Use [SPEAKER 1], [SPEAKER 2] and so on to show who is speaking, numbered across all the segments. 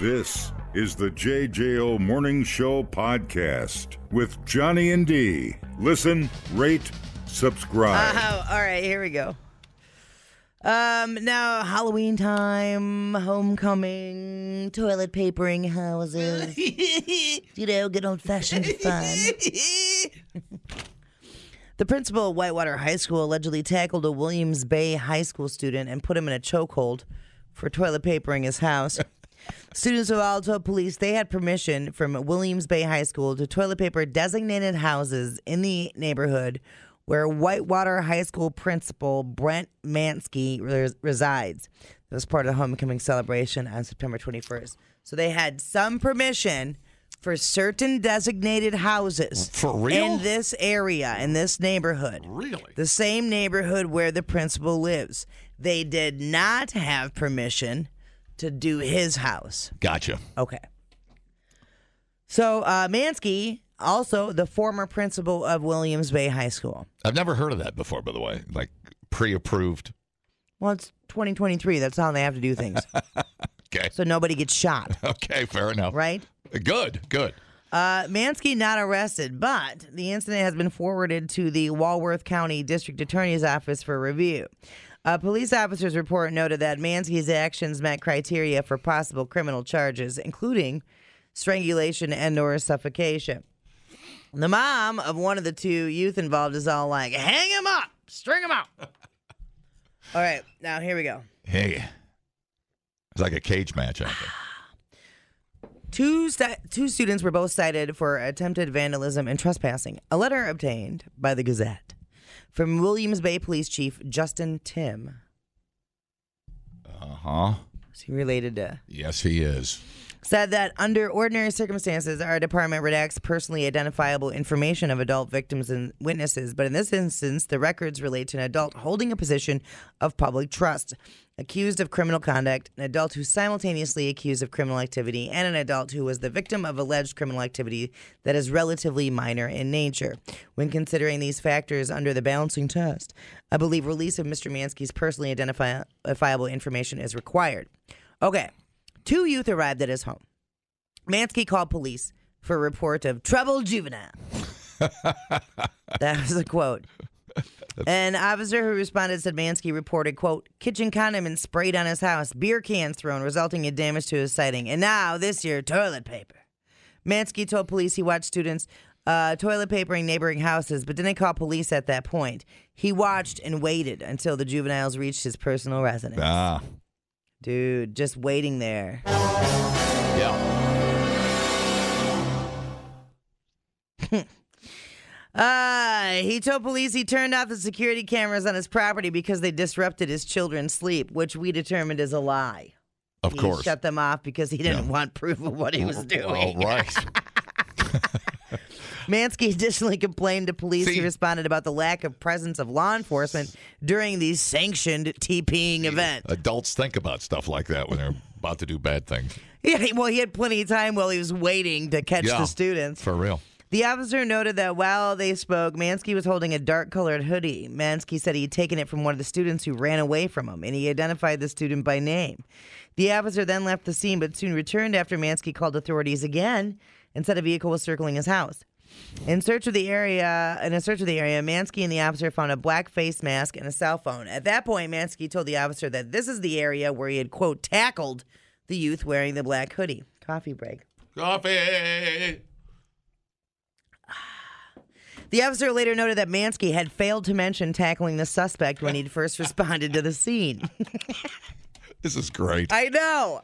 [SPEAKER 1] This is the JJO Morning Show podcast with Johnny and D. Listen, rate, subscribe.
[SPEAKER 2] Oh, all right, here we go. Um, now Halloween time, homecoming, toilet papering houses. you know, good old fashioned fun. the principal of Whitewater High School allegedly tackled a Williams Bay High School student and put him in a chokehold for toilet papering his house. Students of Alto Police, they had permission from Williams Bay High School to toilet paper designated houses in the neighborhood where Whitewater High School principal Brent Mansky res- resides. That was part of the homecoming celebration on September 21st. So they had some permission for certain designated houses
[SPEAKER 3] For real?
[SPEAKER 2] in this area, in this neighborhood.
[SPEAKER 3] Really?
[SPEAKER 2] The same neighborhood where the principal lives. They did not have permission to do his house.
[SPEAKER 3] Gotcha.
[SPEAKER 2] Okay. So uh, Mansky, also the former principal of Williams Bay High School.
[SPEAKER 3] I've never heard of that before, by the way. Like pre-approved.
[SPEAKER 2] Well, it's 2023. That's how they have to do things.
[SPEAKER 3] Okay.
[SPEAKER 2] so nobody gets shot,
[SPEAKER 3] Okay, fair enough.
[SPEAKER 2] right?
[SPEAKER 3] Good, good.
[SPEAKER 2] Uh, Mansky not arrested, but the incident has been forwarded to the Walworth County District Attorney's Office for review. A police officer's report noted that Mansky's actions met criteria for possible criminal charges, including strangulation and/or suffocation. The mom of one of the two youth involved is all like, "Hang him up, string him out." all right, now here we go.
[SPEAKER 3] Hey. It's like a cage match, I think.
[SPEAKER 2] Two, st- two students were both cited for attempted vandalism and trespassing. A letter obtained by the Gazette from Williams Bay Police Chief Justin Tim.
[SPEAKER 3] Uh-huh.
[SPEAKER 2] who's he related to?
[SPEAKER 3] Yes, he is.
[SPEAKER 2] Said that under ordinary circumstances, our department redacts personally identifiable information of adult victims and witnesses, but in this instance, the records relate to an adult holding a position of public trust, accused of criminal conduct, an adult who's simultaneously accused of criminal activity, and an adult who was the victim of alleged criminal activity that is relatively minor in nature. When considering these factors under the balancing test, I believe release of Mr. Mansky's personally identifi- identifiable information is required. Okay. Two youth arrived at his home. Mansky called police for a report of troubled juvenile. that was a quote. An officer who responded said Mansky reported, quote, kitchen condiments sprayed on his house, beer cans thrown, resulting in damage to his siding, and now this year, toilet paper. Mansky told police he watched students uh, toilet papering neighboring houses, but didn't call police at that point. He watched and waited until the juveniles reached his personal residence.
[SPEAKER 3] Ah.
[SPEAKER 2] Dude, just waiting there.
[SPEAKER 3] Yeah.
[SPEAKER 2] Uh, he told police he turned off the security cameras on his property because they disrupted his children's sleep, which we determined is a lie.
[SPEAKER 3] Of
[SPEAKER 2] he
[SPEAKER 3] course.
[SPEAKER 2] shut them off because he didn't
[SPEAKER 3] Yeah.
[SPEAKER 2] want proof of what he was
[SPEAKER 3] All
[SPEAKER 2] doing.
[SPEAKER 3] right.
[SPEAKER 2] Mansky additionally complained to police
[SPEAKER 3] See-
[SPEAKER 2] who responded about the lack of presence of law enforcement during these sanctioned TPing events.
[SPEAKER 3] Adults think about stuff like that when they're about to do bad things.
[SPEAKER 2] Yeah, well, he had plenty of time while he was waiting to catch
[SPEAKER 3] Yeah.
[SPEAKER 2] the students.
[SPEAKER 3] For real.
[SPEAKER 2] The officer noted that while they spoke, Mansky was holding a dark colored hoodie. Mansky said he'd taken it from one of the students who ran away from him, and he identified the student by name. The officer then left the scene but soon returned after Mansky called authorities again and said a vehicle was circling his house. In search of the area, in a search of the area, Mansky and the officer found a black face mask and a cell phone. At that point, Mansky told the officer that this is the area where he had quote tackled the youth wearing the black hoodie. Coffee break.
[SPEAKER 3] Coffee.
[SPEAKER 2] The officer later noted that Mansky had failed to mention tackling the suspect when he'd first responded to the scene.
[SPEAKER 3] This is great.
[SPEAKER 2] I know.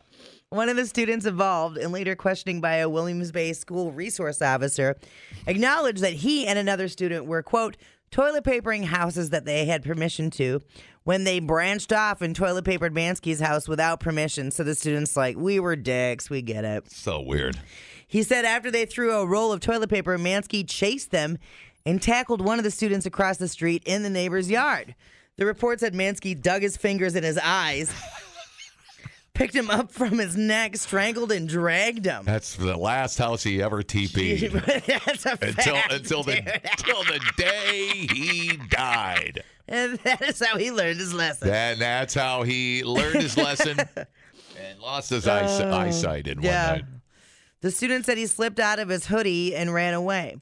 [SPEAKER 2] One of the students involved, and later questioning by a Williams Bay school resource officer, acknowledged that he and another student were, quote, toilet papering houses that they had permission to when they branched off and toilet papered Mansky's house without permission. So the student's like, we were dicks, we get it.
[SPEAKER 3] So weird.
[SPEAKER 2] He said after they threw a roll of toilet paper, Mansky chased them and tackled one of the students across the street in the neighbor's yard. The report said Mansky dug his fingers in his eyes, picked him up from his neck, strangled, and dragged him.
[SPEAKER 3] That's the last house he ever TP'd.
[SPEAKER 2] That's a
[SPEAKER 3] Until
[SPEAKER 2] fact,
[SPEAKER 3] until the
[SPEAKER 2] dude.
[SPEAKER 3] until the day he died.
[SPEAKER 2] And that is how he learned his lesson.
[SPEAKER 3] And that's how he learned his lesson. and man lost his eyes- eyesight in
[SPEAKER 2] yeah.
[SPEAKER 3] one night.
[SPEAKER 2] The student said he slipped out of his hoodie and ran away.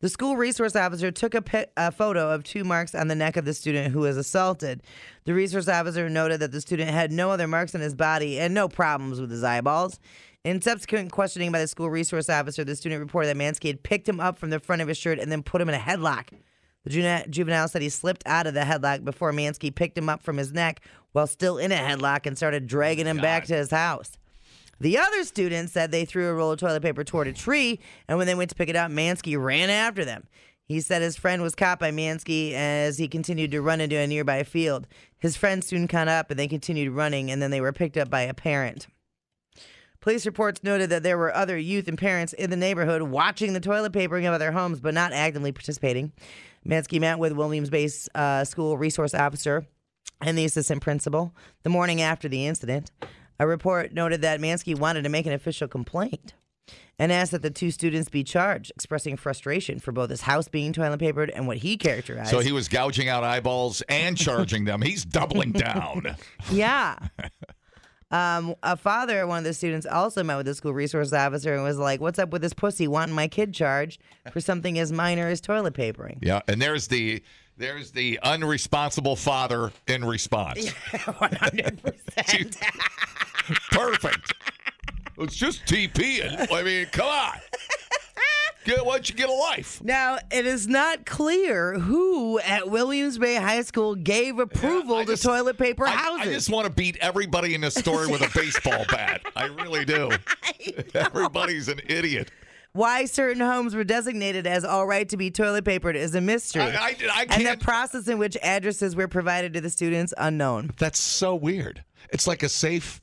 [SPEAKER 2] The school resource officer took a, pi- a photo of two marks on the neck of the student who was assaulted. The resource officer noted that the student had no other marks on his body and no problems with his eyeballs. In subsequent questioning by the school resource officer, the student reported that Mansky had picked him up from the front of his shirt and then put him in a headlock. The juna- juvenile said he slipped out of the headlock before Mansky picked him up from his neck while still in a headlock and started dragging him back to his house. The other students said they threw a roll of toilet paper toward a tree, and when they went to pick it up, Mansky ran after them. He said his friend was caught by Mansky as he continued to run into a nearby field. His friend soon caught up, and they continued running, and then they were picked up by a parent. Police reports noted that there were other youth and parents in the neighborhood watching the toilet papering of other homes, but not actively participating. Mansky met with Williams-based uh, school resource officer and the assistant principal the morning after the incident. A report noted that Mansky wanted to make an official complaint and asked that the two students be charged, expressing frustration for both his house being toilet papered and what he characterized.
[SPEAKER 3] So he was gouging out eyeballs and charging them. He's doubling down.
[SPEAKER 2] Yeah. Um, a father of one of the students also met with the school resource officer and was like, What's up with this pussy wanting my kid charged for something as minor as toilet papering?
[SPEAKER 3] Yeah, and there's the there's the unresponsible father in response.
[SPEAKER 2] 100%.
[SPEAKER 3] Perfect. It's just TPing. I mean, come on. Get, why don't you get a life?
[SPEAKER 2] now, it is not clear who at Williams Bay High School gave approval
[SPEAKER 3] I
[SPEAKER 2] to
[SPEAKER 3] just-
[SPEAKER 2] toilet paper
[SPEAKER 3] I, I
[SPEAKER 2] houses.
[SPEAKER 3] just want to beat everybody in this story with a baseball bat. I really do. Everybody's an idiot.
[SPEAKER 2] Why certain homes were designated as all right to be toilet papered is a mystery.
[SPEAKER 3] I, I, I
[SPEAKER 2] and the
[SPEAKER 3] can't.
[SPEAKER 2] process in which addresses were provided to the students unknown.
[SPEAKER 3] That's so weird. It's like a safe.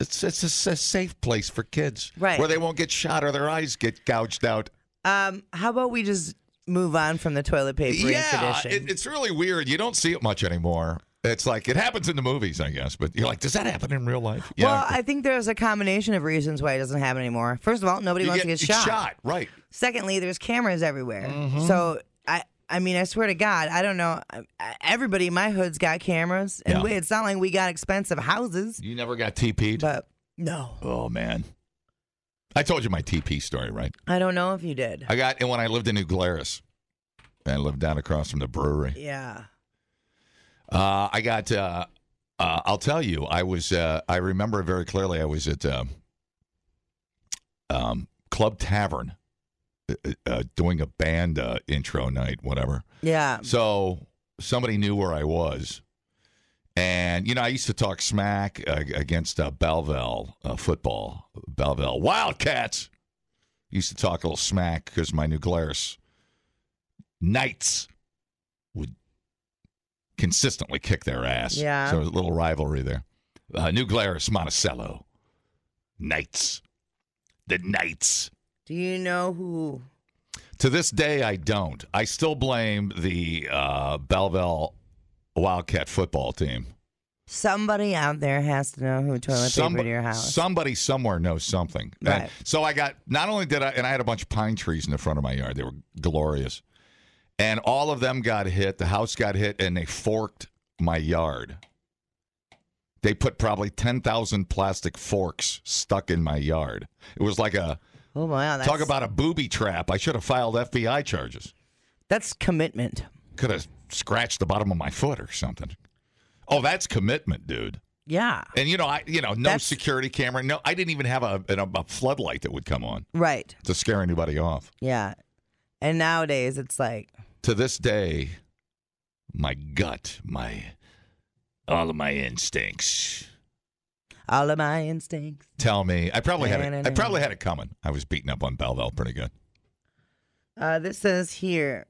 [SPEAKER 3] It's, it's a, s- a safe place for kids,
[SPEAKER 2] Right.
[SPEAKER 3] Where they won't get shot or their eyes get gouged out.
[SPEAKER 2] Um, how about we just move on from the toilet paper
[SPEAKER 3] yeah,
[SPEAKER 2] tradition?
[SPEAKER 3] it, it's really weird. You don't see it much anymore. It's like it happens in the movies, I guess, but you're like, does that happen in real life? Yeah,
[SPEAKER 2] Well, I think there's a combination of reasons why it doesn't happen anymore. First of all, nobody
[SPEAKER 3] you
[SPEAKER 2] wants
[SPEAKER 3] get,
[SPEAKER 2] to get
[SPEAKER 3] you
[SPEAKER 2] shot.
[SPEAKER 3] right?
[SPEAKER 2] Secondly, there's cameras everywhere.
[SPEAKER 3] Mm-hmm.
[SPEAKER 2] So I, I mean, I swear to God, I don't know. I- I- Everybody in my hood's got cameras, and
[SPEAKER 3] Yeah.
[SPEAKER 2] we, it's not like we got expensive houses.
[SPEAKER 3] You never got TP'd.
[SPEAKER 2] But no,
[SPEAKER 3] oh man, I told you my TP story, right?
[SPEAKER 2] I don't know if you did.
[SPEAKER 3] I got and when I lived in New Glarus, I lived down across from the brewery.
[SPEAKER 2] yeah.
[SPEAKER 3] Uh, I got. Uh, uh, I'll tell you. I was. Uh, I remember very clearly. I was at uh, um, Club Tavern uh, uh, doing a band uh, intro night, whatever.
[SPEAKER 2] Yeah.
[SPEAKER 3] So somebody knew where I was. And, you know, I used to talk smack uh, against uh, Belleville uh, football, Belleville Wildcats. Used to talk a little smack because my New Glarus Knights would consistently kick their ass.
[SPEAKER 2] Yeah.
[SPEAKER 3] So there was a little rivalry there. Uh, New Glarus Monticello Knights. The Knights.
[SPEAKER 2] Do you know who?
[SPEAKER 3] To this day, I don't. I still blame the uh, Belleville Wildcat football team.
[SPEAKER 2] Somebody out there has Oh, to know who toilet
[SPEAKER 3] Someb-
[SPEAKER 2] papered your house.
[SPEAKER 3] somebody somewhere knows something. And
[SPEAKER 2] Right.
[SPEAKER 3] so I got, not only did I, and I had a bunch of pine trees in the front of my yard. They were glorious. And all of them got hit. The house got hit, and they forked my yard. They put probably 10,000 plastic forks stuck in my yard. It was like a,
[SPEAKER 2] oh wow, that's,
[SPEAKER 3] talk about a booby trap. I should have filed FBI charges.
[SPEAKER 2] that's commitment.
[SPEAKER 3] could have scratched the bottom of my foot or something. Oh, that's commitment, dude.
[SPEAKER 2] Yeah.
[SPEAKER 3] And you know, I you know, no
[SPEAKER 2] That's-
[SPEAKER 3] security camera. No, I didn't even have a, an- a floodlight that would come on
[SPEAKER 2] Right.
[SPEAKER 3] to scare anybody off.
[SPEAKER 2] Yeah. And nowadays it's like,
[SPEAKER 3] To this day, my gut, my all of my instincts
[SPEAKER 2] all of my instincts.
[SPEAKER 3] tell me I probably had it. I probably had it coming. I was beating up on Belleville pretty good.
[SPEAKER 2] Uh, this says here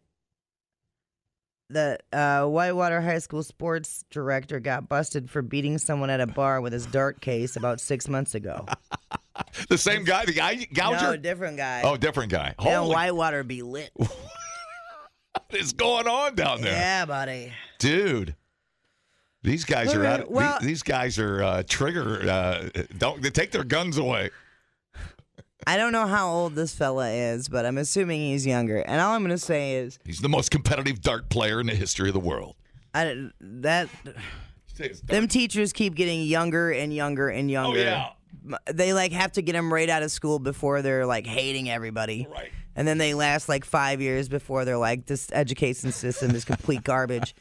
[SPEAKER 2] that uh, Whitewater High School sports director got busted for beating someone at a bar with his dart case about six months ago.
[SPEAKER 3] The same guy, the guy
[SPEAKER 2] no,
[SPEAKER 3] gouger.
[SPEAKER 2] different guy.
[SPEAKER 3] oh, different guy.
[SPEAKER 2] Now
[SPEAKER 3] Holy,
[SPEAKER 2] Whitewater be lit.
[SPEAKER 3] what is going on down there?
[SPEAKER 2] Yeah, buddy.
[SPEAKER 3] dude. These guys
[SPEAKER 2] All
[SPEAKER 3] are
[SPEAKER 2] right,
[SPEAKER 3] out.
[SPEAKER 2] well-
[SPEAKER 3] these, these guys are uh, trigger. Uh, don't they take their guns away?
[SPEAKER 2] I don't know how old this fella is, but I'm assuming he's younger. And all I'm going to say is
[SPEAKER 3] He's the most competitive dart player in the history of the world.
[SPEAKER 2] I, that
[SPEAKER 3] It's dark.
[SPEAKER 2] Them teachers keep getting younger and younger and younger.
[SPEAKER 3] Oh, yeah.
[SPEAKER 2] M- They like have to get them right out of school before they're like hating everybody.
[SPEAKER 3] Right.
[SPEAKER 2] And then they last like five years before they're like, this education system is complete garbage.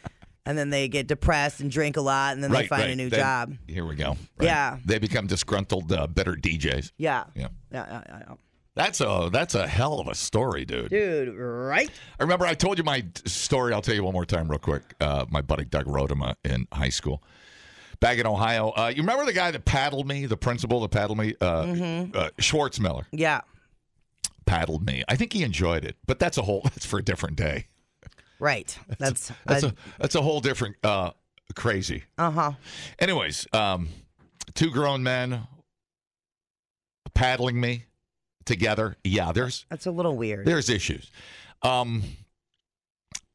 [SPEAKER 2] And then they get depressed and drink a lot and then they
[SPEAKER 3] right,
[SPEAKER 2] find
[SPEAKER 3] right.
[SPEAKER 2] a new
[SPEAKER 3] Then-
[SPEAKER 2] job.
[SPEAKER 3] Here we go. Right.
[SPEAKER 2] Yeah.
[SPEAKER 3] They become disgruntled, uh, bitter DJs.
[SPEAKER 2] Yeah.
[SPEAKER 3] Yeah.
[SPEAKER 2] Yeah, yeah, yeah, yeah.
[SPEAKER 3] That's a that's a hell of a story, dude.
[SPEAKER 2] Dude, right?
[SPEAKER 3] I remember I told you my d- story. I'll tell you one more time, real quick. Uh, my buddy Doug Rodema in high school, back in Ohio. Uh, you remember the guy that paddled me, the principal that paddled me, uh, uh, Schwartzmiller
[SPEAKER 2] Mm-hmm. Yeah.
[SPEAKER 3] paddled me. I think he enjoyed it, but that's a whole that's for a different day.
[SPEAKER 2] Right. That's,
[SPEAKER 3] That's a that's a whole different uh, crazy.
[SPEAKER 2] uh huh.
[SPEAKER 3] Anyways, um, two grown men paddling me together. Yeah, there's
[SPEAKER 2] That's a little weird.
[SPEAKER 3] there's issues. Um,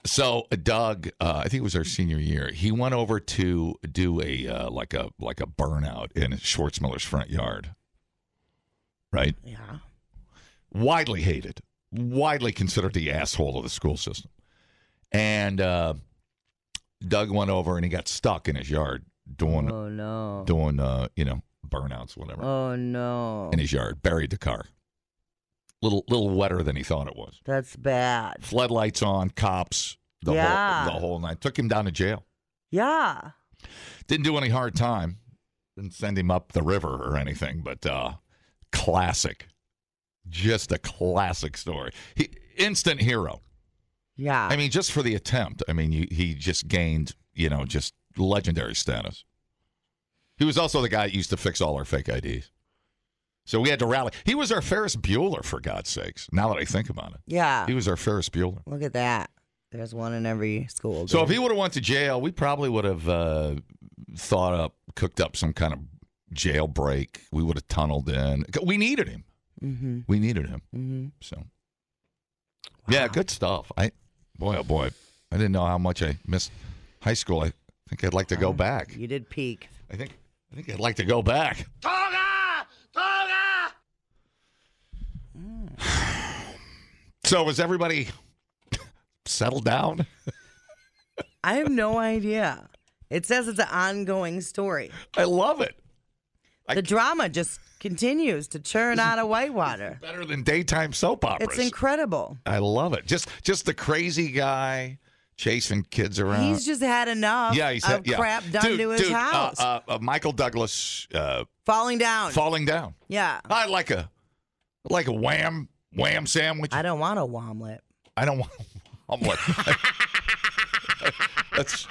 [SPEAKER 3] so Doug, uh, I think it was our senior year, he went over to do a uh, like a like a burnout in Schwartzmiller's front yard. Right,
[SPEAKER 2] yeah.
[SPEAKER 3] widely hated, widely considered the asshole of the school system, and uh, Doug went over and he got stuck in his yard doing
[SPEAKER 2] Oh no.
[SPEAKER 3] doing uh, you know burnouts whatever
[SPEAKER 2] Oh no.
[SPEAKER 3] in his yard, buried the car, little little wetter than he thought it was.
[SPEAKER 2] That's bad.
[SPEAKER 3] floodlights on, cops, the
[SPEAKER 2] Yeah.
[SPEAKER 3] whole the whole night. Took him down to jail.
[SPEAKER 2] Yeah.
[SPEAKER 3] Didn't do any hard time. Didn't send him up the river or anything, but uh classic. Just a classic story. He, instant hero.
[SPEAKER 2] Yeah.
[SPEAKER 3] I mean, just for the attempt. I mean, you, he just gained, you know, just legendary status. He was also the guy that used to fix all our fake IDs. So we had to rally. He was our Ferris Bueller, for God's sakes. Now that I think about it,
[SPEAKER 2] yeah.
[SPEAKER 3] he was our Ferris Bueller.
[SPEAKER 2] Look at that. There's one in every school.
[SPEAKER 3] So if
[SPEAKER 2] dude.
[SPEAKER 3] he would have went to jail, we probably would have uh, thought up, cooked up some kind of jailbreak. We would have tunneled in. We needed him.
[SPEAKER 2] Mhm.
[SPEAKER 3] We needed him.
[SPEAKER 2] Mhm.
[SPEAKER 3] So, yeah, good stuff. I, boy, oh boy, I didn't know how much I missed high school. I think I'd like to go back.
[SPEAKER 2] You did peak.
[SPEAKER 3] I think, I think I'd like to go back. Toga, toga. so was everybody settled down?
[SPEAKER 2] I have no idea. It says it's an ongoing story.
[SPEAKER 3] I love it. I-
[SPEAKER 2] The drama just continues to churn out of Whitewater.
[SPEAKER 3] better than daytime soap operas.
[SPEAKER 2] It's incredible.
[SPEAKER 3] I love it. Just just the crazy guy chasing kids around.
[SPEAKER 2] He's just had enough
[SPEAKER 3] Uh, yeah, he's
[SPEAKER 2] of
[SPEAKER 3] yeah.
[SPEAKER 2] crap done
[SPEAKER 3] dude,
[SPEAKER 2] to his
[SPEAKER 3] dude, uh,
[SPEAKER 2] house.
[SPEAKER 3] Uh, uh, Michael Douglas uh,
[SPEAKER 2] Falling down.
[SPEAKER 3] falling down.
[SPEAKER 2] yeah.
[SPEAKER 3] I like a like a wham wham sandwich.
[SPEAKER 2] I don't want a womlet.
[SPEAKER 3] I don't want omelet. That's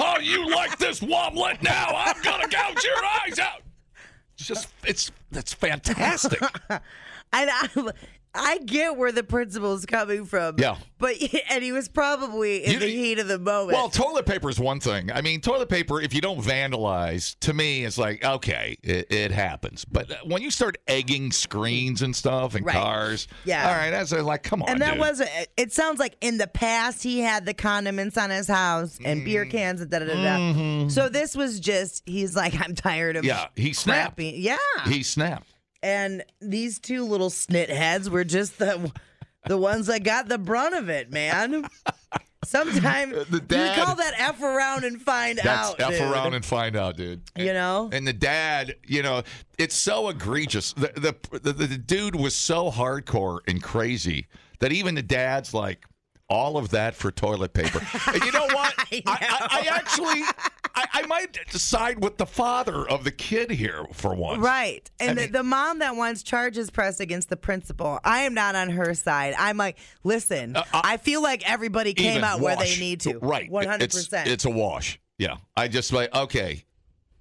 [SPEAKER 3] oh, you like this omelet now? I'm gonna gouge your eyes out. It's Just it's that's fantastic.
[SPEAKER 2] And I, I get where the principal's coming from.
[SPEAKER 3] Yeah.
[SPEAKER 2] But and he was probably in
[SPEAKER 3] You-
[SPEAKER 2] the heat of the moment.
[SPEAKER 3] Well, toilet paper is one thing. I mean, toilet paper, if you don't vandalize, to me, it's like, okay, it, it happens. But uh, when you start egging screens and stuff and
[SPEAKER 2] Right.
[SPEAKER 3] cars,
[SPEAKER 2] Yeah.
[SPEAKER 3] all right, that's uh, like, come on.
[SPEAKER 2] and that
[SPEAKER 3] dude.
[SPEAKER 2] was it sounds like in the past he had the condiments on his house and beer
[SPEAKER 3] Mm-hmm.
[SPEAKER 2] cans and da da da da. So this was just he's like I'm tired of
[SPEAKER 3] Yeah, he snapped.
[SPEAKER 2] crappy. Yeah.
[SPEAKER 3] He snapped.
[SPEAKER 2] and these two little snit heads were just the the ones that got the brunt of it, man. Sometimes
[SPEAKER 3] The dad-
[SPEAKER 2] you call that F around and find
[SPEAKER 3] That's
[SPEAKER 2] out.
[SPEAKER 3] F
[SPEAKER 2] dude.
[SPEAKER 3] around and find out, dude.
[SPEAKER 2] You know?
[SPEAKER 3] And the dad, you know, it's so egregious. The the, the the dude was so hardcore and crazy that even the dad's like, all of that for toilet paper. And you know what?
[SPEAKER 2] I
[SPEAKER 3] I, I actually, I, I might side with the father of the kid here for once.
[SPEAKER 2] Right. And
[SPEAKER 3] I
[SPEAKER 2] the,
[SPEAKER 3] mean-
[SPEAKER 2] the mom that wants charges pressed against the principal, I am not on her side. I'm like, listen,
[SPEAKER 3] uh,
[SPEAKER 2] I feel like everybody came
[SPEAKER 3] Even
[SPEAKER 2] out where they
[SPEAKER 3] wash.
[SPEAKER 2] need to.
[SPEAKER 3] Right.
[SPEAKER 2] 100%.
[SPEAKER 3] It's, it's a wash. Yeah. I just like, okay,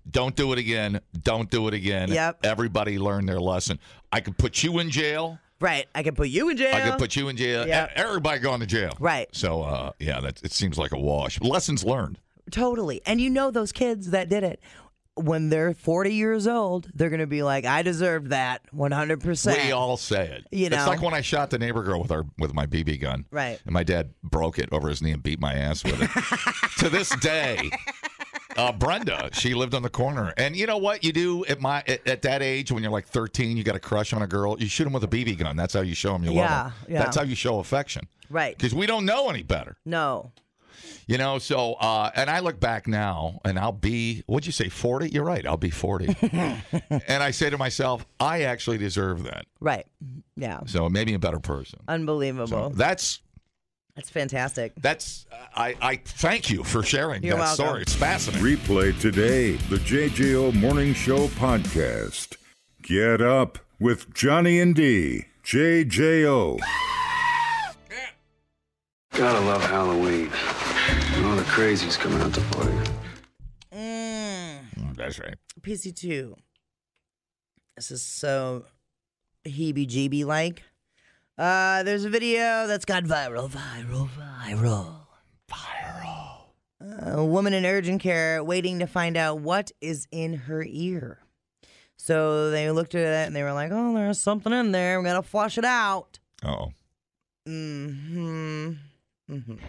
[SPEAKER 3] don't do it again. Don't do it again.
[SPEAKER 2] Yep.
[SPEAKER 3] Everybody learned their lesson. I could put you in jail.
[SPEAKER 2] right. I can put you in jail.
[SPEAKER 3] I could put you in jail.
[SPEAKER 2] Yep.
[SPEAKER 3] E- Everybody going to jail.
[SPEAKER 2] Right.
[SPEAKER 3] So, uh, yeah, that it seems like a wash. Lessons learned.
[SPEAKER 2] totally. And you know those kids that did it. When they're 40 years old, they're going to be like, I deserved that 100%.
[SPEAKER 3] We all say it.
[SPEAKER 2] You know.
[SPEAKER 3] it's like when I shot the neighbor girl with our with my BB gun.
[SPEAKER 2] Right.
[SPEAKER 3] And my dad broke it over his knee and beat my ass with it. to this day, uh, Brenda, she lived on the corner, and you know what you do at my at, at that age when you're like 13, you got a crush on a girl, you shoot them with a BB gun. That's how you show them you
[SPEAKER 2] Yeah,
[SPEAKER 3] love them.
[SPEAKER 2] yeah.
[SPEAKER 3] That's how you show affection.
[SPEAKER 2] Right.
[SPEAKER 3] Because we don't know any better.
[SPEAKER 2] No.
[SPEAKER 3] You know, so uh, and I look back now, and I'll be what'd you say, forty? You're right, I'll be forty, and I say to myself, I actually deserve that.
[SPEAKER 2] Right. Yeah.
[SPEAKER 3] So it made me a better person. So
[SPEAKER 2] Unbelievable.
[SPEAKER 3] that's
[SPEAKER 2] That's fantastic.
[SPEAKER 3] that's I I thank you for sharing
[SPEAKER 2] You're
[SPEAKER 3] that
[SPEAKER 2] welcome.
[SPEAKER 3] story. It's fascinating.
[SPEAKER 1] Replay today the JJO Morning Show podcast. Get up with Johnny and D. JJO.
[SPEAKER 4] Gotta love Halloween. And all the crazies come out to play.
[SPEAKER 2] Mm,
[SPEAKER 3] Oh, That's right.
[SPEAKER 2] PC2. This is so heebie jeebie like. Uh, there's a video that's got viral, viral, viral.
[SPEAKER 3] Viral.
[SPEAKER 2] a woman in urgent care waiting to find out what is in her ear. So they looked at it and they were like, "Oh, there's something in there. We gotta flush it out."
[SPEAKER 3] Oh,
[SPEAKER 2] Hmm.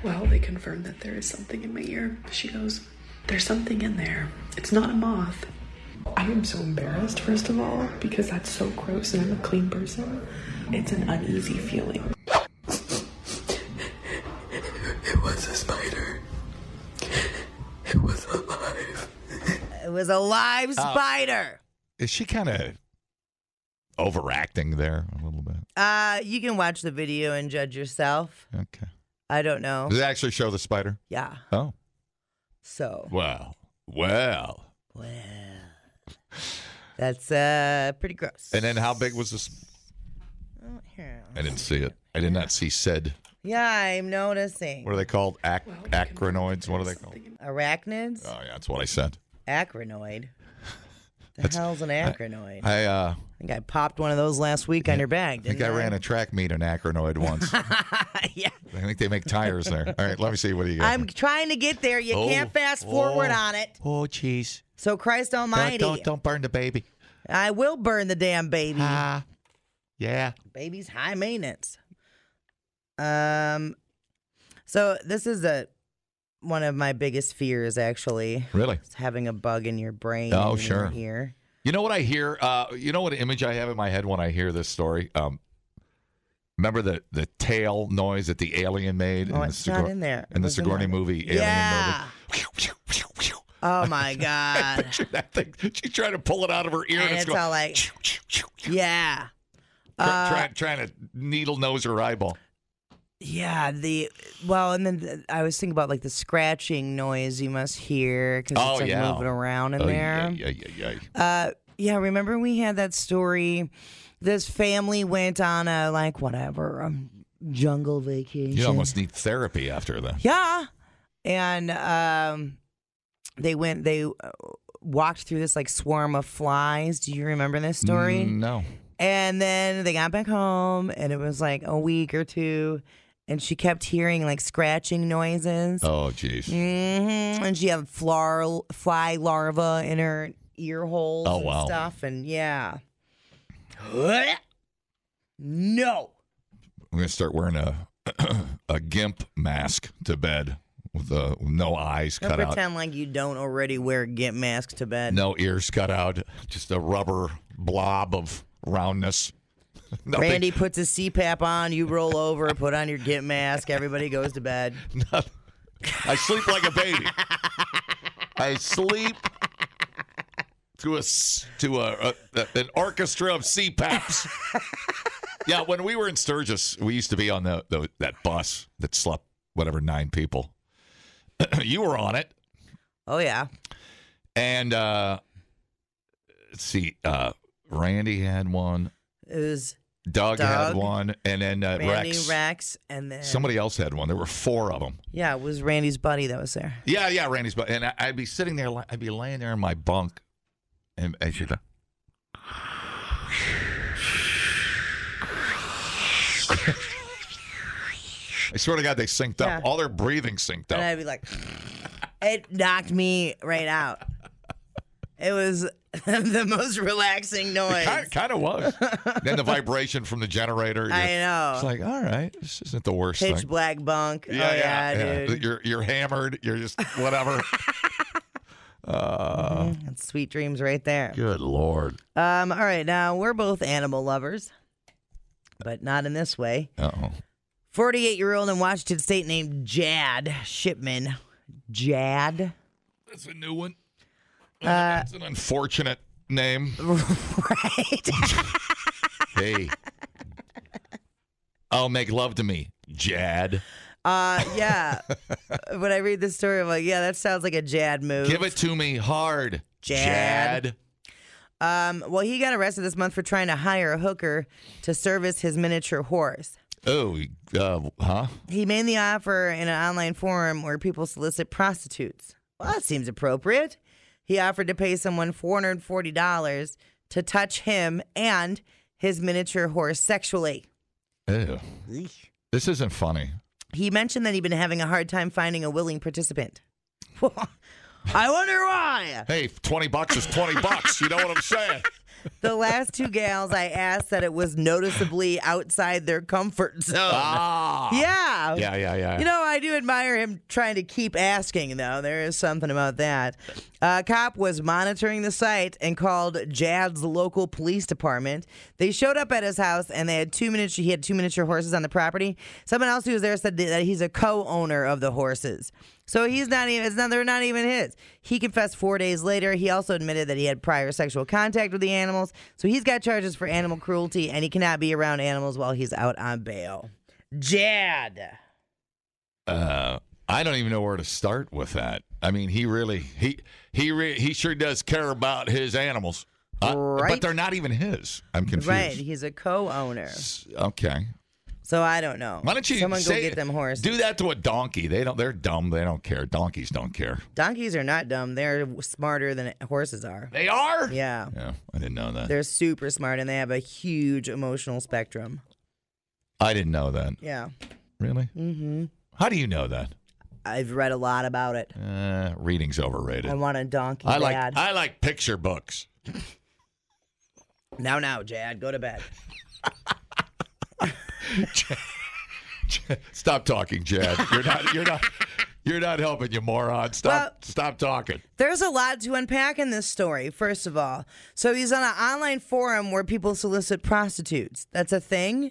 [SPEAKER 5] Well, they confirmed that there is something in my ear. She goes, There's something in there. It's not a moth. I am so embarrassed, first of all, because that's so gross and I'm a clean person. It's an uneasy feeling. it was a spider. It was alive.
[SPEAKER 2] It was a live spider.
[SPEAKER 3] is she kind of overacting there a little bit?
[SPEAKER 2] Uh, you can watch the video and judge yourself.
[SPEAKER 3] Okay.
[SPEAKER 2] I don't know.
[SPEAKER 3] Does it actually show the spider?
[SPEAKER 2] Yeah.
[SPEAKER 3] Oh.
[SPEAKER 2] So
[SPEAKER 3] Well. Well.
[SPEAKER 2] well, that's uh pretty gross.
[SPEAKER 3] And then how big was this?
[SPEAKER 2] Oh, here.
[SPEAKER 3] I didn't see it. I did not see said.
[SPEAKER 2] Yeah, I'm noticing
[SPEAKER 3] What are they called? Ac- acronoids. What are they called?
[SPEAKER 5] Something in-
[SPEAKER 2] arachnids.
[SPEAKER 3] Oh yeah, that's what I said.
[SPEAKER 2] Acronoid. The hell's an acronoid? I,
[SPEAKER 3] I uh,
[SPEAKER 2] think I popped one of those last week on your bag.
[SPEAKER 3] think
[SPEAKER 2] Didn't
[SPEAKER 3] I ran a track meet in acronoid once. I
[SPEAKER 2] yeah.
[SPEAKER 3] think they make tires there. All right, let me see what do you got.
[SPEAKER 2] I'm trying to get there. You
[SPEAKER 3] Oh,
[SPEAKER 2] can't fast forward
[SPEAKER 3] oh,
[SPEAKER 2] on it.
[SPEAKER 3] Oh jeez.
[SPEAKER 2] So Christ Almighty,
[SPEAKER 3] Don't, don't don't burn the baby.
[SPEAKER 2] I will burn the damn baby.
[SPEAKER 3] Ah. Yeah.
[SPEAKER 2] Baby's high maintenance. Um, so this is a one of my biggest fears actually.
[SPEAKER 3] Really.
[SPEAKER 2] It's having a bug in your brain.
[SPEAKER 3] Oh,
[SPEAKER 2] and in your
[SPEAKER 3] sure.
[SPEAKER 2] ear.
[SPEAKER 3] You know what I hear? Uh, you know what image I have in my head when I hear this story? Um, remember the the tail noise that the alien made
[SPEAKER 2] Oh,
[SPEAKER 3] in, the
[SPEAKER 2] it's not
[SPEAKER 3] Sigour-
[SPEAKER 2] in there. It
[SPEAKER 3] in the
[SPEAKER 2] wasn't
[SPEAKER 3] Sigourney
[SPEAKER 2] on-
[SPEAKER 3] movie? Alien
[SPEAKER 2] Yeah.
[SPEAKER 3] movie. Picture
[SPEAKER 2] Oh my god.
[SPEAKER 3] that thing. She's trying to pull it out of her ear, and,
[SPEAKER 2] And it's
[SPEAKER 3] going,
[SPEAKER 2] all Uh, like-
[SPEAKER 3] "Choo, choo, choo, choo,"
[SPEAKER 2] yeah.
[SPEAKER 3] try- try- trying to needle nose her eyeball.
[SPEAKER 2] Yeah, the well, and then th- I was thinking about like the scratching noise you must hear because
[SPEAKER 3] Oh,
[SPEAKER 2] it's like
[SPEAKER 3] yeah.
[SPEAKER 2] moving around in
[SPEAKER 3] Oh,
[SPEAKER 2] there.
[SPEAKER 3] yeah, yeah, yeah, yeah.
[SPEAKER 2] Uh, yeah, remember we had that story. This family went on a like whatever um, jungle vacation.
[SPEAKER 3] You almost need therapy after that.
[SPEAKER 2] Yeah, and um, they went. They uh, walked through this like swarm of flies. Do you remember this story?
[SPEAKER 3] Mm, No.
[SPEAKER 2] And then they got back home, and it was like a week or two, and she kept hearing like scratching noises.
[SPEAKER 3] Oh, jeez.
[SPEAKER 2] hmm And she had flar- fly larva in her ear holes
[SPEAKER 3] Oh,
[SPEAKER 2] and
[SPEAKER 3] wow.
[SPEAKER 2] stuff, and yeah. No.
[SPEAKER 3] I'm gonna start wearing a a gimp mask to bed with uh, no eyes
[SPEAKER 2] Don't
[SPEAKER 3] cut out.
[SPEAKER 2] pretend like you don't already wear get masks to bed.
[SPEAKER 3] no ears cut out, just a rubber blob of roundness. Nothing,
[SPEAKER 2] Randy puts his CPAP on, you roll over, put on your get mask, everybody goes to bed.
[SPEAKER 3] nothing. I sleep like a baby. I sleep to a s- to a, a an orchestra of CPAPs. yeah, when we were in Sturgis, we used to be on the, the that bus that slept whatever nine people. you were on it.
[SPEAKER 2] Oh, yeah.
[SPEAKER 3] And uh let's see, uh Randy had one,
[SPEAKER 2] It was
[SPEAKER 3] Doug, had
[SPEAKER 2] Doug,
[SPEAKER 3] one, and then uh,
[SPEAKER 2] Randy,
[SPEAKER 3] Rex.
[SPEAKER 2] Rex, and then.
[SPEAKER 3] Somebody else had one. There were four of them.
[SPEAKER 2] Yeah, it was Randy's buddy that was there.
[SPEAKER 3] Yeah, yeah, Randy's. But and I, I'd be sitting there, li- I'd be laying there in my bunk, and I should. I swear to God, they synced
[SPEAKER 2] Yeah.
[SPEAKER 3] up. All their breathing synced
[SPEAKER 2] And
[SPEAKER 3] up.
[SPEAKER 2] I'd be like, it knocked me right out. It was the most relaxing noise.
[SPEAKER 3] Kind, kind of was. then the vibration from the generator.
[SPEAKER 2] I
[SPEAKER 3] you're-
[SPEAKER 2] know.
[SPEAKER 3] It's like, all right, this isn't the worst
[SPEAKER 2] Pitch
[SPEAKER 3] thing.
[SPEAKER 2] black bunk. oh, yeah, dude.
[SPEAKER 3] You're you're hammered. You're just whatever. uh,
[SPEAKER 2] That's sweet dreams right there.
[SPEAKER 3] Good lord.
[SPEAKER 2] Um, all right, now we're both animal lovers, but not in this way.
[SPEAKER 3] Uh oh.
[SPEAKER 2] 48 year old in Washington State named Jad Shipman. Jad?
[SPEAKER 3] That's a new one. That's an unfortunate name.
[SPEAKER 2] Right?
[SPEAKER 3] hey. I'll Oh, make love to me, Jad.
[SPEAKER 2] Uh, yeah. when I read this story, I'm like, yeah, that sounds like a Jad move.
[SPEAKER 3] Give it to me hard,
[SPEAKER 2] Jad. Um, well, he got arrested this month for trying to hire a hooker to service his miniature horse.
[SPEAKER 3] Oh, uh, huh?
[SPEAKER 2] He made the offer in an online forum where people solicit prostitutes. Well, that seems appropriate. He offered to pay someone $440 to touch him and his miniature horse sexually.
[SPEAKER 3] Ew. This isn't funny.
[SPEAKER 2] He mentioned that he'd been having a hard time finding a willing participant. I wonder why.
[SPEAKER 3] Hey, 20 bucks is 20 bucks. You know what I'm saying?
[SPEAKER 2] The last two gals I asked that it was noticeably outside their comfort zone.
[SPEAKER 3] Ah.
[SPEAKER 2] Yeah.
[SPEAKER 3] Yeah, yeah, yeah.
[SPEAKER 2] You know, I do admire him trying to keep asking, though. There is something about that. A cop was monitoring the site and called Jad's local police department. They showed up at his house and they had two miniature. He had two miniature horses on the property. Someone else who was there said that he's a co-owner of the horses. So he's not even. It's not. They're not even his. He confessed four days later. He also admitted that he had prior sexual contact with the animals. So he's got charges for animal cruelty, and he cannot be around animals while he's out on bail. Jad.
[SPEAKER 3] uh, I don't even know where to start with that. I mean, he really he he re- he sure does care about his animals, Uh,
[SPEAKER 2] Right.
[SPEAKER 3] but they're not even his. I'm confused.
[SPEAKER 2] Right, he's a co-owner.
[SPEAKER 3] Okay.
[SPEAKER 2] So I don't know.
[SPEAKER 3] Why don't you
[SPEAKER 2] someone
[SPEAKER 3] say,
[SPEAKER 2] go get them horses?
[SPEAKER 3] Do that to a donkey. They don't. They're dumb. They don't care. Donkeys don't care.
[SPEAKER 2] Donkeys are not dumb. They're smarter than horses are.
[SPEAKER 3] They are.
[SPEAKER 2] Yeah.
[SPEAKER 3] Yeah, I didn't know that.
[SPEAKER 2] They're super smart and they have a huge emotional spectrum.
[SPEAKER 3] I didn't know that.
[SPEAKER 2] Yeah.
[SPEAKER 3] Really? Mm-hmm. How do you know that?
[SPEAKER 2] I've read a lot about it.
[SPEAKER 3] Uh, reading's overrated.
[SPEAKER 2] I want a donkey
[SPEAKER 3] I like
[SPEAKER 2] dad.
[SPEAKER 3] I like picture books.
[SPEAKER 2] now now, Jad, go to bed.
[SPEAKER 3] Stop talking, Jad. You're not. You're not. You're not helping, you moron. Stop.
[SPEAKER 2] Well-
[SPEAKER 3] stop talking.
[SPEAKER 2] There's a lot to unpack in this story, first of all. So he's on an online forum where people solicit prostitutes. That's a thing?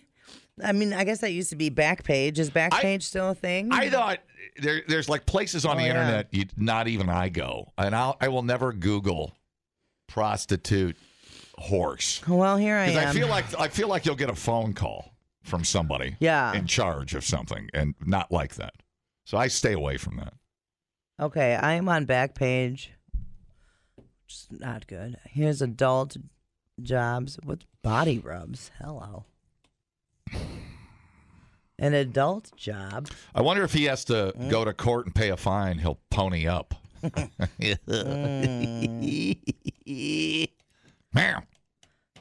[SPEAKER 2] I mean, I guess that used to be Backpage. Is Backpage still a thing?
[SPEAKER 3] I thought there, there's like places on
[SPEAKER 2] hmm. Oh,
[SPEAKER 3] the
[SPEAKER 2] yeah.
[SPEAKER 3] internet you, not even I go, and I'll, I will never Google prostitute horse
[SPEAKER 2] well, here I
[SPEAKER 3] because
[SPEAKER 2] am.
[SPEAKER 3] I feel like I feel like you'll get a phone call from somebody
[SPEAKER 2] Yeah.
[SPEAKER 3] in charge of something, and not like that. So I stay away from that.
[SPEAKER 2] Okay, I am on Backpage. Just not good. Here's adult jobs. What's body rubs? Hello. An adult job.
[SPEAKER 3] I wonder if he has to go to court and pay a fine, he'll pony up. Man,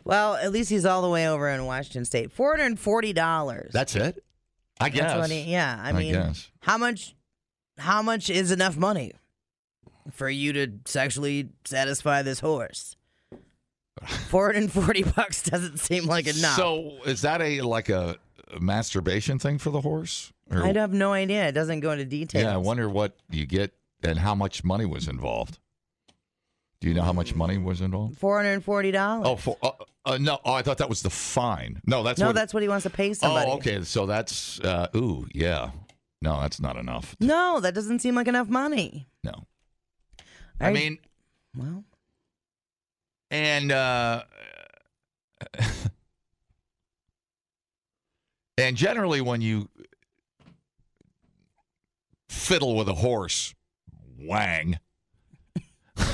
[SPEAKER 2] Well, at least he's all the way over in Washington State. Four hundred and forty dollars.
[SPEAKER 3] that's it. I guess.
[SPEAKER 2] That's what he, yeah. I
[SPEAKER 3] I
[SPEAKER 2] mean,
[SPEAKER 3] guess.
[SPEAKER 2] how much? How much is enough money for you to sexually satisfy this horse? Four hundred and forty bucks doesn't seem like enough.
[SPEAKER 3] So is that a like a masturbation thing for the horse? Or-
[SPEAKER 2] I have no idea. It doesn't go into details.
[SPEAKER 3] Yeah, I wonder what you get and how much money was involved. Do you know how much money was involved?
[SPEAKER 2] Four hundred and forty dollars.
[SPEAKER 3] Oh, for, uh, uh, no. Oh, I thought that was the fine. No, that's
[SPEAKER 2] no,
[SPEAKER 3] what,
[SPEAKER 2] that's what he wants to pay somebody.
[SPEAKER 3] Oh, okay. So that's uh, ooh, yeah. No, that's not enough.
[SPEAKER 2] No, that doesn't seem like enough money.
[SPEAKER 3] No,
[SPEAKER 2] Are
[SPEAKER 3] I
[SPEAKER 2] you-
[SPEAKER 3] mean,
[SPEAKER 2] well,
[SPEAKER 3] and uh, and generally when you fiddle with a horse wang i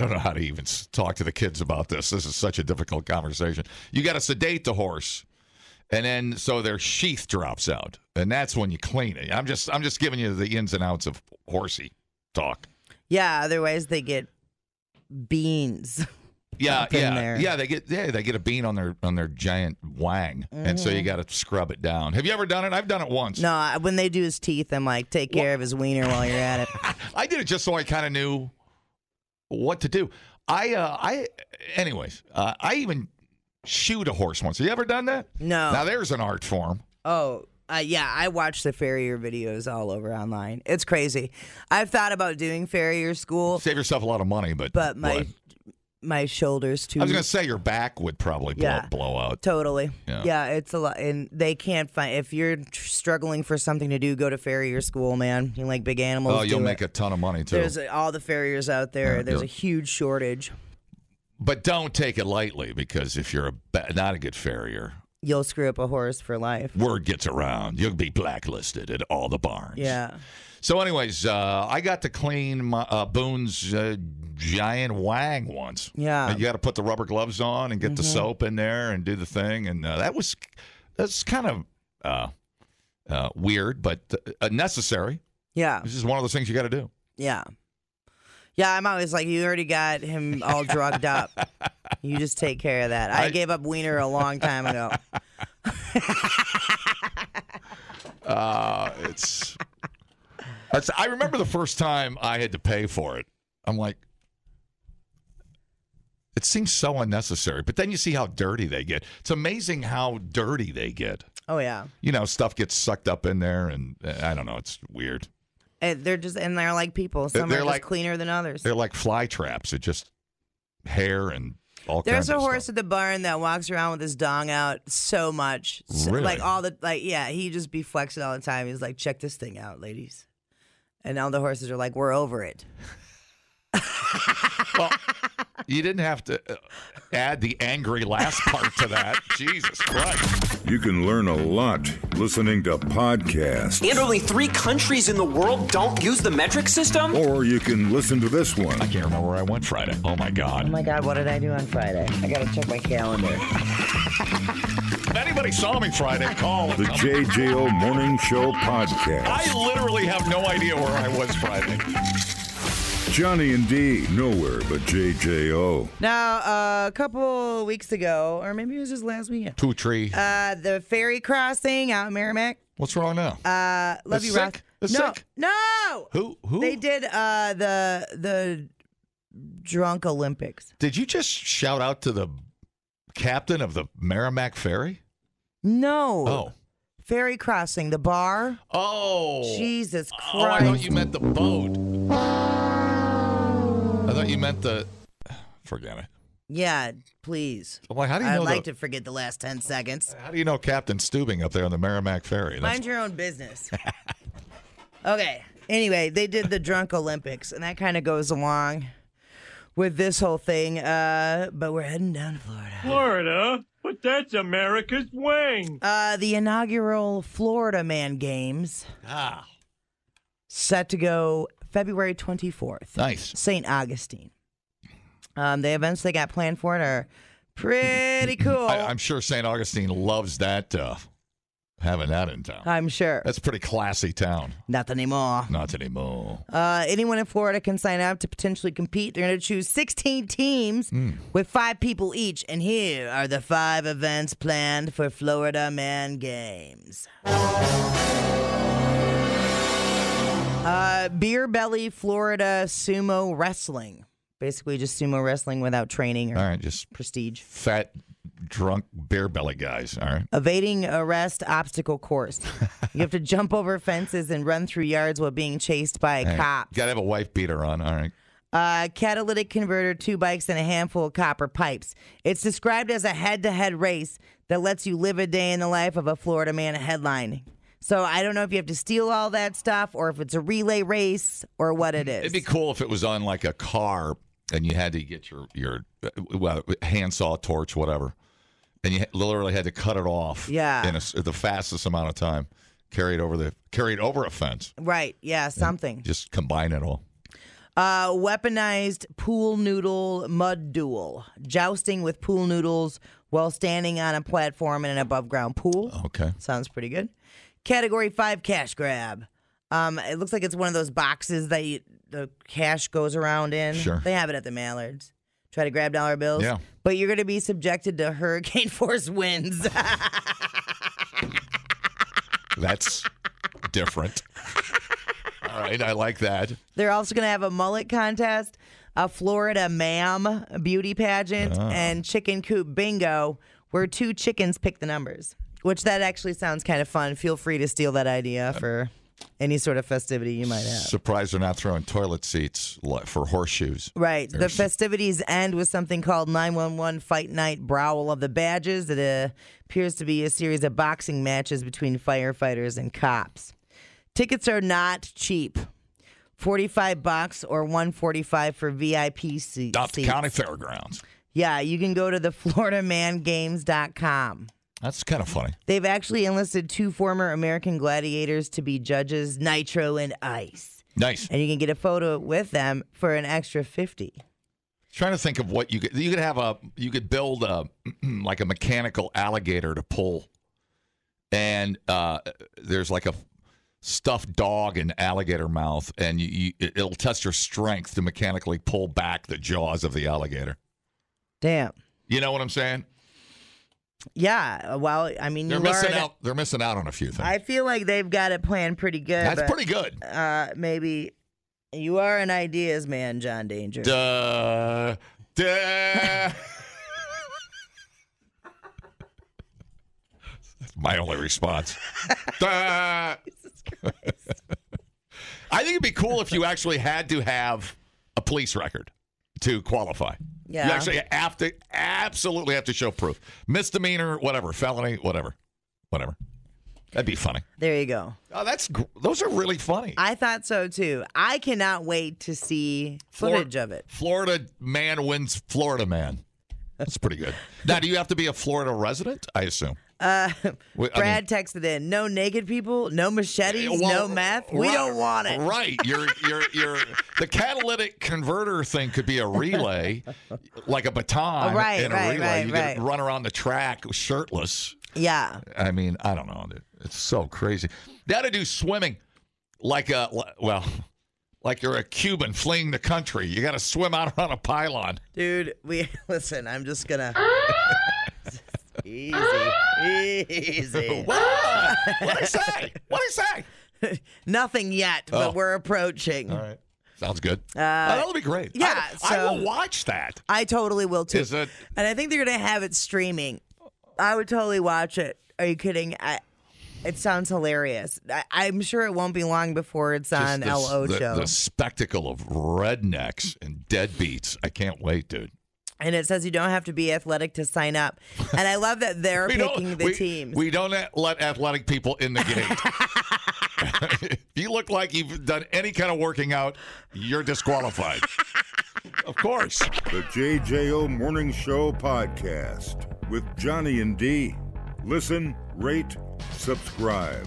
[SPEAKER 3] don't know how to even s- talk to the kids about this this is such a difficult conversation you got to sedate the horse and then so their sheath drops out and that's when you clean it i'm just i'm just giving you the ins and outs of horsey talk
[SPEAKER 2] yeah. Otherwise, they get beans.
[SPEAKER 3] yeah,
[SPEAKER 2] up in
[SPEAKER 3] yeah,
[SPEAKER 2] there.
[SPEAKER 3] yeah. They get yeah, they get a bean on their on their giant wang, and so you got to scrub it down. Have you ever done it? I've done it once.
[SPEAKER 2] Mm. No, I- when they do his teeth, I'm like, take care of his wiener while you're at it.
[SPEAKER 3] I did it just so I kind of knew what to do. I uh, I, anyways, uh, I even shoot a horse once. Have you ever done that?
[SPEAKER 2] No.
[SPEAKER 3] Now there's an art form.
[SPEAKER 2] Oh, uh, yeah, I watch the farrier videos all over online. It's crazy. I've thought about doing farrier school,
[SPEAKER 3] Save yourself a lot of money, but
[SPEAKER 2] but my
[SPEAKER 3] what?
[SPEAKER 2] my shoulders too.
[SPEAKER 3] I was going to say your back would probably blow,
[SPEAKER 2] Yeah.
[SPEAKER 3] blow out.
[SPEAKER 2] Totally.
[SPEAKER 3] Yeah.
[SPEAKER 2] Yeah. it's a lot. And they can't find, if you're tr- struggling for something to do, go to farrier school, man. You like big animals.
[SPEAKER 3] Oh, you'll
[SPEAKER 2] do
[SPEAKER 3] make
[SPEAKER 2] it.
[SPEAKER 3] a ton of money too.
[SPEAKER 2] There's uh, all the farriers out there.
[SPEAKER 3] Yeah,
[SPEAKER 2] There's
[SPEAKER 3] do
[SPEAKER 2] a
[SPEAKER 3] it.
[SPEAKER 2] huge shortage.
[SPEAKER 3] but don't take it lightly because if you're a ba- not a good farrier,
[SPEAKER 2] You'll screw up a horse for life.
[SPEAKER 3] word gets around. You'll be blacklisted at all the barns.
[SPEAKER 2] Yeah.
[SPEAKER 3] So, anyways, uh, I got to clean my, uh, Boone's uh, giant wang once.
[SPEAKER 2] Yeah.
[SPEAKER 3] And you got to put the rubber gloves on and get the soap in there and do the thing, and uh, that was that's kind of uh, uh, weird, but uh, necessary.
[SPEAKER 2] Yeah.
[SPEAKER 3] This is one of those things you got to do.
[SPEAKER 2] Yeah. Yeah, I'm always like, you already got him all drugged up. You just take care of that. I,
[SPEAKER 3] I-
[SPEAKER 2] gave up Wiener a long time ago.
[SPEAKER 3] Uh, it's, it's. I remember the first time I had to pay for it. I'm like, it seems so unnecessary. But then you see how dirty they get. It's amazing how dirty they get.
[SPEAKER 2] Oh yeah.
[SPEAKER 3] You know, stuff gets sucked up in there, and uh, I don't know. It's weird.
[SPEAKER 2] And they're just and they're like people. Some
[SPEAKER 3] They're
[SPEAKER 2] are
[SPEAKER 3] like-
[SPEAKER 2] just cleaner than others.
[SPEAKER 3] They're like fly traps. It just hair and all
[SPEAKER 2] There's
[SPEAKER 3] kinds
[SPEAKER 2] a
[SPEAKER 3] of
[SPEAKER 2] horse
[SPEAKER 3] stuff.
[SPEAKER 2] at the barn that walks around with his dong out so much. So-
[SPEAKER 3] Really?
[SPEAKER 2] Like all the like yeah, he just be flexing all the time. He's like, check this thing out, ladies. And all the horses are like, we're over it.
[SPEAKER 3] You didn't have to uh, add the angry last part to that. Jesus Christ!
[SPEAKER 1] You can learn a lot listening to podcasts,
[SPEAKER 6] And only three countries in the world don't use the metric system?
[SPEAKER 1] or you can listen to this one.
[SPEAKER 3] I can't remember where I went Friday. Oh my God!
[SPEAKER 2] Oh my god, what did I do on Friday? I gotta check my calendar.
[SPEAKER 3] If anybody saw me Friday, call.
[SPEAKER 1] The JJO Morning Show
[SPEAKER 3] I
[SPEAKER 1] podcast.
[SPEAKER 3] literally have no idea where I was Friday.
[SPEAKER 1] Johnny and D, nowhere but JJO.
[SPEAKER 2] Now, uh, a couple weeks ago, or maybe it was just last weekend,
[SPEAKER 3] Two tree.
[SPEAKER 2] uh, the ferry crossing out in Merrimack.
[SPEAKER 3] What's wrong now?
[SPEAKER 2] Uh, love
[SPEAKER 3] The
[SPEAKER 2] you,
[SPEAKER 3] sick?
[SPEAKER 2] Ross.
[SPEAKER 3] The
[SPEAKER 2] no,
[SPEAKER 3] sick?
[SPEAKER 2] no,
[SPEAKER 3] who? Who?
[SPEAKER 2] they did uh, the the drunk Olympics.
[SPEAKER 3] Did you just shout out to the captain of the Merrimack Ferry?
[SPEAKER 2] No,
[SPEAKER 3] Oh.
[SPEAKER 2] ferry crossing the bar.
[SPEAKER 3] Oh.
[SPEAKER 2] Jesus
[SPEAKER 3] Oh, I thought
[SPEAKER 2] Christ!
[SPEAKER 3] you meant the boat. I thought you meant the. Forget it.
[SPEAKER 2] yeah, please.
[SPEAKER 3] I'm like, how do you
[SPEAKER 2] I'd
[SPEAKER 3] know?
[SPEAKER 2] like
[SPEAKER 3] the,
[SPEAKER 2] to forget the last ten seconds.
[SPEAKER 3] How do you know Captain Stubing up there on the Merrimack Ferry? That's-
[SPEAKER 2] Mind your own business. okay. Anyway, they did the drunk Olympics, and that kind of goes along with this whole thing. Uh, but we're heading down to Florida.
[SPEAKER 7] Florida? But that's America's wing.
[SPEAKER 2] Uh, the inaugural Florida Man Games
[SPEAKER 3] ah,
[SPEAKER 2] set to go February 24th,
[SPEAKER 3] nice.
[SPEAKER 2] St. Augustine. Um, the events they got planned for it are pretty cool.
[SPEAKER 3] I, I'm sure St. Augustine loves that. Uh, having that in town.
[SPEAKER 2] I'm sure.
[SPEAKER 3] That's a pretty classy town.
[SPEAKER 2] Not anymore.
[SPEAKER 3] Not anymore.
[SPEAKER 2] Uh, anyone in Florida can sign up to potentially compete. They're going to choose 16 teams with five people each. And here are the five events planned for Florida Man Games uh, Beer Belly Florida Sumo Wrestling. Basically, just sumo wrestling without training or
[SPEAKER 3] All right, just
[SPEAKER 2] prestige.
[SPEAKER 3] fat, drunk, beer belly guys. All right.
[SPEAKER 2] Evading arrest obstacle course. you have to jump over fences and run through yards while being chased by a cop.
[SPEAKER 3] Got to have a wife beater on. All right.
[SPEAKER 2] uh, catalytic converter, two bikes, and a handful of copper pipes. It's described as a head to head race that lets you live a day in the life of a Florida man headlining. So I don't know if you have to steal all that stuff or if it's a relay race or what it is.
[SPEAKER 3] It'd be cool if it was on like a car and you had to get your your uh, well, handsaw, torch, whatever, and you literally had to cut it off.
[SPEAKER 2] Yeah.
[SPEAKER 3] In a s the fastest amount of time, carry it over the carry it over a fence.
[SPEAKER 2] right, yeah, something.
[SPEAKER 3] Just combine it all.
[SPEAKER 2] Uh, weaponized pool noodle mud duel. Jousting with pool noodles while standing on a platform in an above ground pool.
[SPEAKER 3] Okay.
[SPEAKER 2] Sounds pretty good. Category five cash grab. Um, it looks like it's one of those boxes that you, the cash goes around in.
[SPEAKER 3] Sure.
[SPEAKER 2] They have it at the Mallards. Try to grab dollar bills.
[SPEAKER 3] Yeah.
[SPEAKER 2] But you're going to be subjected to hurricane force winds.
[SPEAKER 3] That's different. All right, I like that.
[SPEAKER 2] They're also going to have a mullet contest, a Florida ma'am beauty pageant,
[SPEAKER 3] Ah.
[SPEAKER 2] and chicken coop bingo, where
[SPEAKER 3] Uh,
[SPEAKER 2] two chickens pick the numbers. Which that actually sounds kind of fun. Feel free to steal that idea for any sort of festivity you might have.
[SPEAKER 3] Surprised they're not throwing toilet seats li- for horseshoes.
[SPEAKER 2] Right. The
[SPEAKER 3] There's-
[SPEAKER 2] festivities end with something called 911 Fight Night Brawl of the Badges. It uh, appears to be a series of boxing matches between firefighters and cops. Tickets are not cheap. 45 bucks or 145 for VIP se-
[SPEAKER 3] Adopt
[SPEAKER 2] seats.
[SPEAKER 3] County Fairgrounds.
[SPEAKER 2] Yeah, you can go to the floridamangames.com.
[SPEAKER 3] That's kind of funny.
[SPEAKER 2] They've actually enlisted two former American gladiators to be judges, Nitro and Ice.
[SPEAKER 3] Nice.
[SPEAKER 2] And you can get a photo with them for an extra 50.
[SPEAKER 3] Trying to think of what you could you could have a you could build a like a mechanical alligator to pull, and uh, there's like a stuffed dog and alligator mouth, and you, you it- it'll test your strength to mechanically pull back the jaws of the alligator.
[SPEAKER 2] Damn.
[SPEAKER 3] You know what I'm saying?
[SPEAKER 2] Yeah. uh, Well, I mean,
[SPEAKER 3] They're
[SPEAKER 2] you
[SPEAKER 3] missing
[SPEAKER 2] learn-
[SPEAKER 3] out. They're missing out on a few things.
[SPEAKER 2] I feel like they've got it planned pretty good.
[SPEAKER 3] That's
[SPEAKER 2] but,
[SPEAKER 3] pretty good.
[SPEAKER 2] Uh, maybe you are an ideas man, John Danger.
[SPEAKER 3] Duh. Duh. My only response. Duh. I think it'd be cool if you actually had to have a police record to qualify.
[SPEAKER 2] Yeah.
[SPEAKER 3] You actually have to absolutely have to show proof. Misdemeanor, whatever, felony, whatever. Whatever. That'd be funny.
[SPEAKER 2] There you go.
[SPEAKER 3] Oh, that's gr- those are really funny.
[SPEAKER 2] I thought so too. I cannot wait to see
[SPEAKER 3] Flor-
[SPEAKER 2] footage of it.
[SPEAKER 3] Florida man wins Florida man. That's pretty good. now, do you have to be a Florida resident? I assume.
[SPEAKER 2] Uh,
[SPEAKER 3] Wait, I
[SPEAKER 2] Brad texted in: No naked people, no machetes,
[SPEAKER 3] mean, well,
[SPEAKER 2] no meth. We
[SPEAKER 3] right-
[SPEAKER 2] don't want it.
[SPEAKER 3] Right. Your your your the catalytic converter thing could be a relay, like a baton.
[SPEAKER 2] Oh, right,
[SPEAKER 3] in a
[SPEAKER 2] right,
[SPEAKER 3] relay.
[SPEAKER 2] right,
[SPEAKER 3] you
[SPEAKER 2] right.
[SPEAKER 3] could run around the track shirtless.
[SPEAKER 2] Yeah.
[SPEAKER 3] I mean, I don't know. dude. It's so crazy. They ought to do swimming like a well, like you're a Cuban fleeing the country. You got to swim out on a pylon.
[SPEAKER 2] Dude, we listen. I'm just gonna. easy, easy.
[SPEAKER 3] What? What I say? What I say?
[SPEAKER 2] Nothing yet, but
[SPEAKER 3] Oh.
[SPEAKER 2] we're approaching.
[SPEAKER 3] All right. Sounds good. Uh, that'll be great.
[SPEAKER 2] yeah,
[SPEAKER 3] I, I
[SPEAKER 2] so-
[SPEAKER 3] will watch that.
[SPEAKER 2] I totally will too.
[SPEAKER 3] Is it-
[SPEAKER 2] And I think they're gonna have it streaming. I would totally watch it. Are you kidding? I, it sounds hilarious. I, I'm sure it won't be long before it's on
[SPEAKER 3] Just the-
[SPEAKER 2] Lo
[SPEAKER 3] the,
[SPEAKER 2] show.
[SPEAKER 3] The spectacle of rednecks and deadbeats. I can't wait, dude.
[SPEAKER 2] And it says you don't have to be athletic to sign up. And I love that they're picking the
[SPEAKER 3] we,
[SPEAKER 2] teams.
[SPEAKER 3] We don't a- let athletic people in the gate. if you look like you've done any kind of working out, you're disqualified. of course.
[SPEAKER 1] The JJO Morning Show Podcast with Johnny and D. Listen, rate, subscribe.